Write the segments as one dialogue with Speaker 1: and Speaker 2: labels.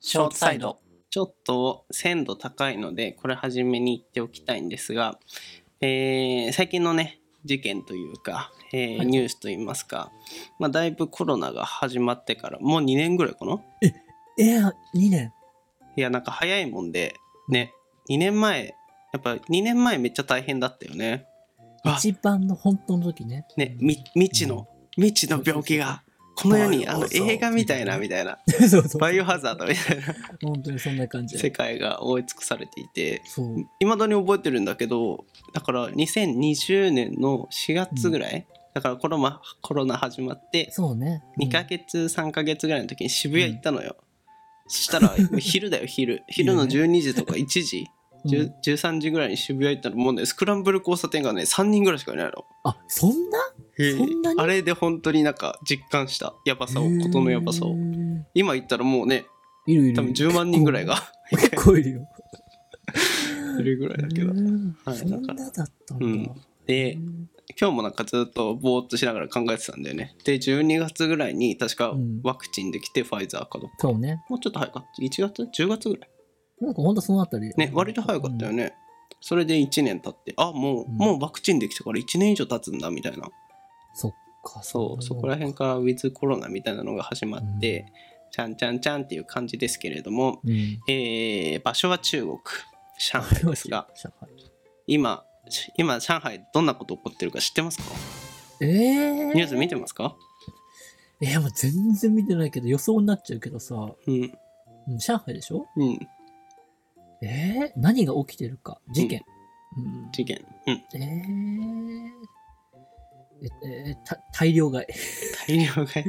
Speaker 1: ショートサイド。
Speaker 2: ちょっと鮮度高いので、これ初めに言っておきたいんですが、えー最近のね、事件というか、えー
Speaker 1: はい
Speaker 2: ニュースといいますか、まあ、だいぶコロナが始まってから、もう2年ぐらいかな
Speaker 1: えー、2年。
Speaker 2: いや、なんか早いもんで、ね、2年前、やっぱ2年前めっちゃ大変だったよね。あ
Speaker 1: 一番の本当の時ね。
Speaker 2: ね、み未知の、未知の病気が、この世に、あの映画みたいな、みたいな、
Speaker 1: そうそう。
Speaker 2: バイオハザードみたいな
Speaker 1: 本当にそんな感じ。
Speaker 2: 世界が覆い尽くされていて、
Speaker 1: そう。
Speaker 2: いまだに覚えてるんだけどだから2020年の4月ぐらい、だからコロナコロナ始まって
Speaker 1: そうね。
Speaker 2: 2ヶ月、3ヶ月ぐらいの時に渋谷行ったのよ、そしたら昼だよ 昼昼の12時とか1時、
Speaker 1: うん
Speaker 2: 10 13時ぐらいに渋谷行ったらもうねスクランブル交差点がね3人ぐらいしかいないの
Speaker 1: あ、そんなそんなに
Speaker 2: あれで本当になんか実感したやばさを事のやばさ
Speaker 1: へ
Speaker 2: を
Speaker 1: ー
Speaker 2: 今行ったらもうね
Speaker 1: いるいるいる。
Speaker 2: 多分10万人ぐらいが
Speaker 1: 結構いるよ。
Speaker 2: いるぐらいだけど
Speaker 1: うん
Speaker 2: はい
Speaker 1: そん
Speaker 2: だ
Speaker 1: なだった
Speaker 2: うん
Speaker 1: だ
Speaker 2: ん。で今日もなんかずっとぼーっとしながら考えてたんだよねで12月ぐらいに確か
Speaker 1: うん
Speaker 2: ワクチンできてファイザーかどっか、
Speaker 1: そうね。
Speaker 2: もうちょっと早かった1月10月ぐらい
Speaker 1: なんか本当そのあたり。
Speaker 2: ね割と早かったよ
Speaker 1: ね。
Speaker 2: ね、それで1年経ってあもう、
Speaker 1: うん
Speaker 2: もうワクチンできてから1年以上経つんだみたいな
Speaker 1: そっか。
Speaker 2: そうそこら
Speaker 1: ら
Speaker 2: 辺からウィズコロナみたいなのが始まって、ちゃんちゃんちゃんっていう感じですけれども、
Speaker 1: うん。
Speaker 2: えー場所は中国上海で すが
Speaker 1: 上海。
Speaker 2: 今今上海どんなこと起こってるか知ってますか
Speaker 1: ええ。
Speaker 2: ニュース見てますか
Speaker 1: いや、もう全然見てないけど、予想になっちゃうけどさ、
Speaker 2: うん
Speaker 1: うん上海でしょ
Speaker 2: うん
Speaker 1: えー、何が起きてるか。事件。うん
Speaker 2: 事件うん
Speaker 1: えーええーた大量買い。
Speaker 2: 大量買い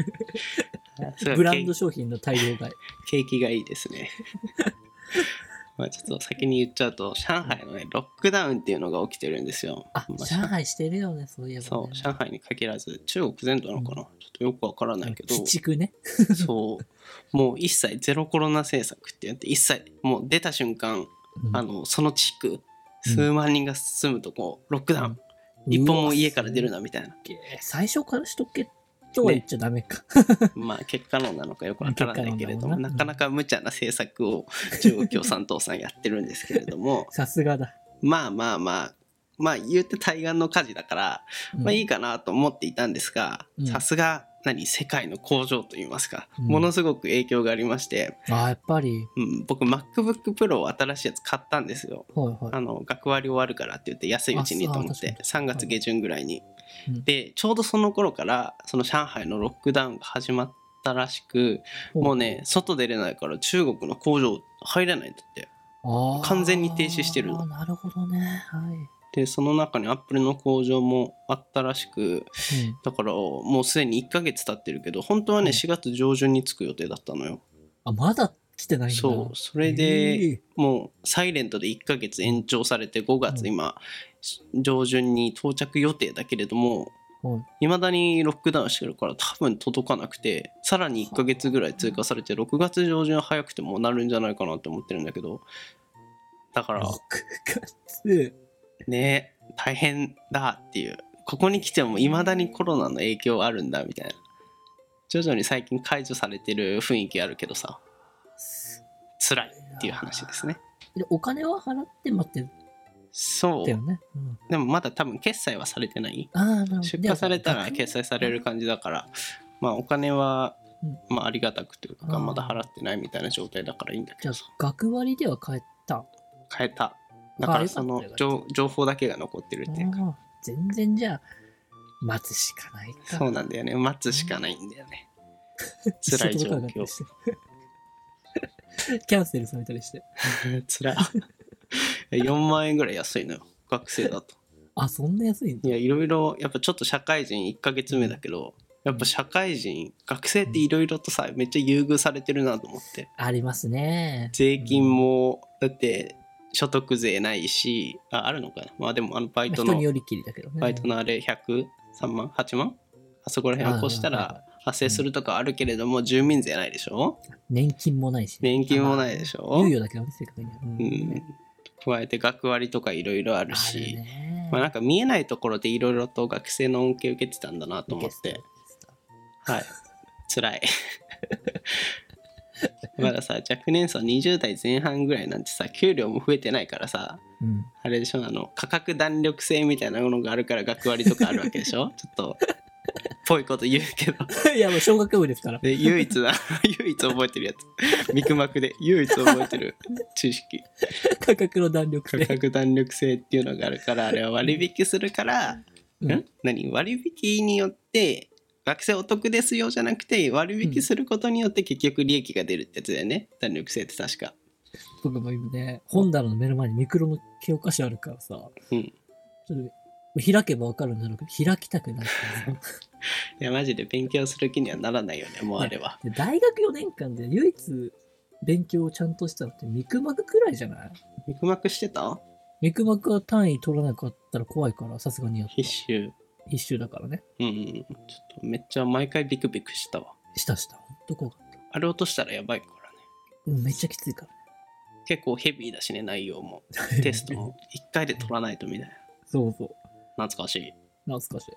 Speaker 2: すごい
Speaker 1: ブランド商品の大量 買い。
Speaker 2: 景景気がいいですね まあちょっと先に言っちゃうと上海のねロックダウンっていうのが起きてるんですよ
Speaker 1: あ、
Speaker 2: まあ
Speaker 1: 上海してるよね、そういえば、ね。
Speaker 2: そう上海に限らず中国全土なのかな、ちょっとよくわからないけど
Speaker 1: 鬼畜ね。
Speaker 2: そうもう一切ゼロコロナ政策ってやって一切もう出た瞬間
Speaker 1: うん
Speaker 2: あのその地区
Speaker 1: うん
Speaker 2: 数万人が住むとこロックダウ
Speaker 1: う
Speaker 2: ン、
Speaker 1: ん
Speaker 2: 一本も家から出るなみたいな
Speaker 1: うわすっげえ最初からしとけとは言っちゃダメか。
Speaker 2: まあ結果論なのかよくわからないけれ
Speaker 1: 結果論だ
Speaker 2: ども
Speaker 1: もんな
Speaker 2: なかなか無茶な政策を 中国共産党さんやってるんですけれども
Speaker 1: さすがだ。
Speaker 2: まあまあまあまあ言って対岸の火事だから、
Speaker 1: うん
Speaker 2: まあいいかなと思っていたんですが
Speaker 1: うん
Speaker 2: さすが何世界の工場といいますか、
Speaker 1: うん
Speaker 2: ものすごく影響がありまして、
Speaker 1: あーやっぱり。
Speaker 2: うん、僕 MacBookPro を新しいやつ買ったんですよ。
Speaker 1: はいは
Speaker 2: あの学割終わるからって言って安いうちに
Speaker 1: あ
Speaker 2: と思っ
Speaker 1: そう
Speaker 2: て
Speaker 1: 確
Speaker 2: 3月下旬ぐらいに、
Speaker 1: うん
Speaker 2: でちょうどその頃からその上海のロックダウンが始まったらしく
Speaker 1: い。
Speaker 2: もうね外出れないから中国の工場入れないんだって
Speaker 1: あー
Speaker 2: 完全に停止してるの
Speaker 1: なるほどね。はい。うん
Speaker 2: でその中にアップルの工場もあったらしくだからもうすでに1ヶ月経ってるけど本当は
Speaker 1: う
Speaker 2: ね
Speaker 1: ん
Speaker 2: 4月上旬に着く予定だったのよ、
Speaker 1: あ、まだ来てないんだ。
Speaker 2: そう
Speaker 1: そ
Speaker 2: それでもうサイレントで1ヶ月延長されて5
Speaker 1: う
Speaker 2: 月
Speaker 1: ん
Speaker 2: 今上旬に到着予定だけれども
Speaker 1: はい
Speaker 2: いまだにロックダウンしてるから多分届かなくてさらに1ヶ月ぐらい追加されて6月上旬は早くてもうなるんじゃないかなって思ってるんだけどだから
Speaker 1: 6月。
Speaker 2: ね大変だっていうここに来てもいまだにコロナの影響あるんだみたいな徐々に最近解除されてる雰囲気あるけどさ辛いっていう話ですね
Speaker 1: でお金は払って待って
Speaker 2: そ
Speaker 1: たよ
Speaker 2: う
Speaker 1: ね。うん、
Speaker 2: でもまだ多分決済はされてない
Speaker 1: ああ、なるほど。
Speaker 2: 出荷されたら
Speaker 1: で
Speaker 2: 決済される感じだからまあお金は
Speaker 1: うん
Speaker 2: まあありがたくというか
Speaker 1: うん
Speaker 2: まだ払ってないみたいな状態だからいいんだけ
Speaker 1: じゃ
Speaker 2: ど
Speaker 1: あ、学割では買えた。
Speaker 2: 変えただからそ
Speaker 1: あ
Speaker 2: の
Speaker 1: よかったよ
Speaker 2: 情情報だけが残ってるっていうか
Speaker 1: ああ全然じゃあ、待つしかないか。
Speaker 2: そうなんだよね待つしかないんだよね辛い
Speaker 1: 仕事と
Speaker 2: 状
Speaker 1: かがあった
Speaker 2: 況
Speaker 1: りして キャンセルされたりして。
Speaker 2: つら4万円ぐらい安いのよ学 生だと
Speaker 1: あ、そんな安いん
Speaker 2: い
Speaker 1: だ。
Speaker 2: やいろいろやっぱちょっと社会人1ヶ月目だけどやっぱ社会人学生っていろいろとさめっちゃ優遇されてるなと思って
Speaker 1: ありますね。
Speaker 2: 税金もだって所得税ないしああるのかなまあでもあのバイ
Speaker 1: まあ
Speaker 2: ト
Speaker 1: 人によ
Speaker 2: の
Speaker 1: りきりだけどね。
Speaker 2: バイトのあれ103万8万あそこら辺を越した
Speaker 1: あはいは
Speaker 2: ら発生するとかあるけれども住民税ないでしょ
Speaker 1: 年金もないし、
Speaker 2: 年金もないでし
Speaker 1: あまあ
Speaker 2: ょ
Speaker 1: 猶予だけどね、正確には。う
Speaker 2: うん加えて学割とかいろいろある
Speaker 1: ある
Speaker 2: し
Speaker 1: ね。
Speaker 2: まあ、なんか見えないところでいろいろと学生の恩恵を受けてたんだなと思って、はい、辛い。 まださ若年層20代前半ぐらいなんてさ給料も増えてないからさ
Speaker 1: うん。
Speaker 2: あれでしょあの価格弾力性みたいなものがあるから学割とかあるわけでし ょちょっとぽいこと言うけど
Speaker 1: いや、もう小学部ですから。
Speaker 2: で唯一な 唯一覚えてるやつ ミクマクで唯一覚えてる知識
Speaker 1: 価格の弾力
Speaker 2: 価
Speaker 1: で。
Speaker 2: 格弾力性っていうのがあるからあれは割引するから、
Speaker 1: うん
Speaker 2: ん何割引によって学生お得ですよじゃなくて割引することによって結局利益が出るってやつだよね弾力性って確か
Speaker 1: 僕も今ね、本棚の目の前にミクロの教科書あるからさ、
Speaker 2: うん
Speaker 1: それ開けばわかるんだろうけど、開きたくないっていうね
Speaker 2: いやマジで勉強する気にはならないよねもうあれは
Speaker 1: で大学4年間で唯一勉強をちゃんとしたのってミクマクくらいじゃない
Speaker 2: ミクマクしてた
Speaker 1: ミクマクは単位取らなかったら怖いから、さすがにやった
Speaker 2: 必修
Speaker 1: 必修だからね。
Speaker 2: うんうんちょっとめっちゃ毎回ビクビクしたわ
Speaker 1: したした。ほんと怖かった。
Speaker 2: あれ落としたらやばいからね
Speaker 1: うんめっちゃきついから。
Speaker 2: 結構ヘビーだしね内 容もテストも1回で取らないとみたい
Speaker 1: そうそう。
Speaker 2: な懐かしい、
Speaker 1: 懐かし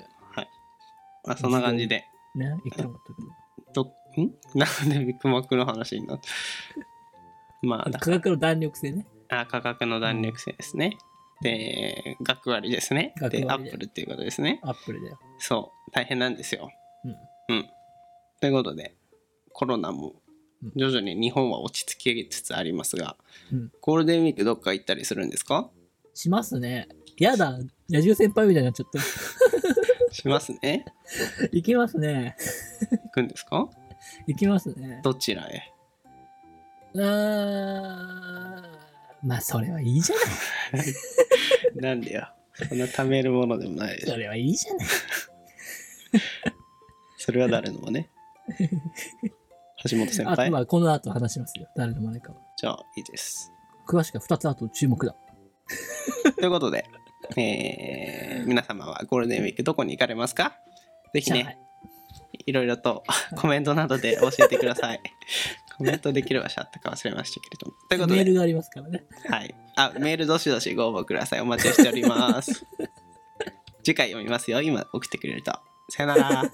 Speaker 2: まあ、そんな感じで
Speaker 1: い。ね。行かなかったけど。
Speaker 2: どん なんでビッグマックの話になったまあだ
Speaker 1: 価格の弾力性ね。
Speaker 2: あ価格の弾力性ですねで学割ですね
Speaker 1: 学割
Speaker 2: で
Speaker 1: で
Speaker 2: アップルっていうことですね
Speaker 1: アップルだよ。
Speaker 2: そう大変なんですよ
Speaker 1: うん。
Speaker 2: ということでコロナも
Speaker 1: うん
Speaker 2: 徐々に日本は落ち着きつつありますが、
Speaker 1: うん
Speaker 2: ゴールデンウィークどっか行ったりするんですか
Speaker 1: しますね。やだ。野獣先輩みたいになっちゃった。
Speaker 2: しますね
Speaker 1: 行きますね。
Speaker 2: 行くんですか
Speaker 1: 行きますね。
Speaker 2: どちらへ
Speaker 1: あーまあ、それはいいじゃない。
Speaker 2: なんでよそんな貯めるものでもないでし
Speaker 1: そ
Speaker 2: ょ
Speaker 1: れはいいじゃない。
Speaker 2: それは誰のも ね橋本先
Speaker 1: あ
Speaker 2: 輩
Speaker 1: まあ、この後話しますよ。誰のもないかは。
Speaker 2: じゃあいいです
Speaker 1: 詳しくは2つ後注目だ。
Speaker 2: ということで、 えー皆様はゴールデンウィークどこに行かれますかぜひ
Speaker 1: 上
Speaker 2: ね
Speaker 1: 海
Speaker 2: いろいろと コメントなどで教えてください コメントできる場所あったか忘れましたけれどもということ
Speaker 1: メ
Speaker 2: で
Speaker 1: ールがありますからね。
Speaker 2: はい。あ、メールどしどしご応募ください。お待ちして おります。次回読みますよ。今送ってくれると。さよなら。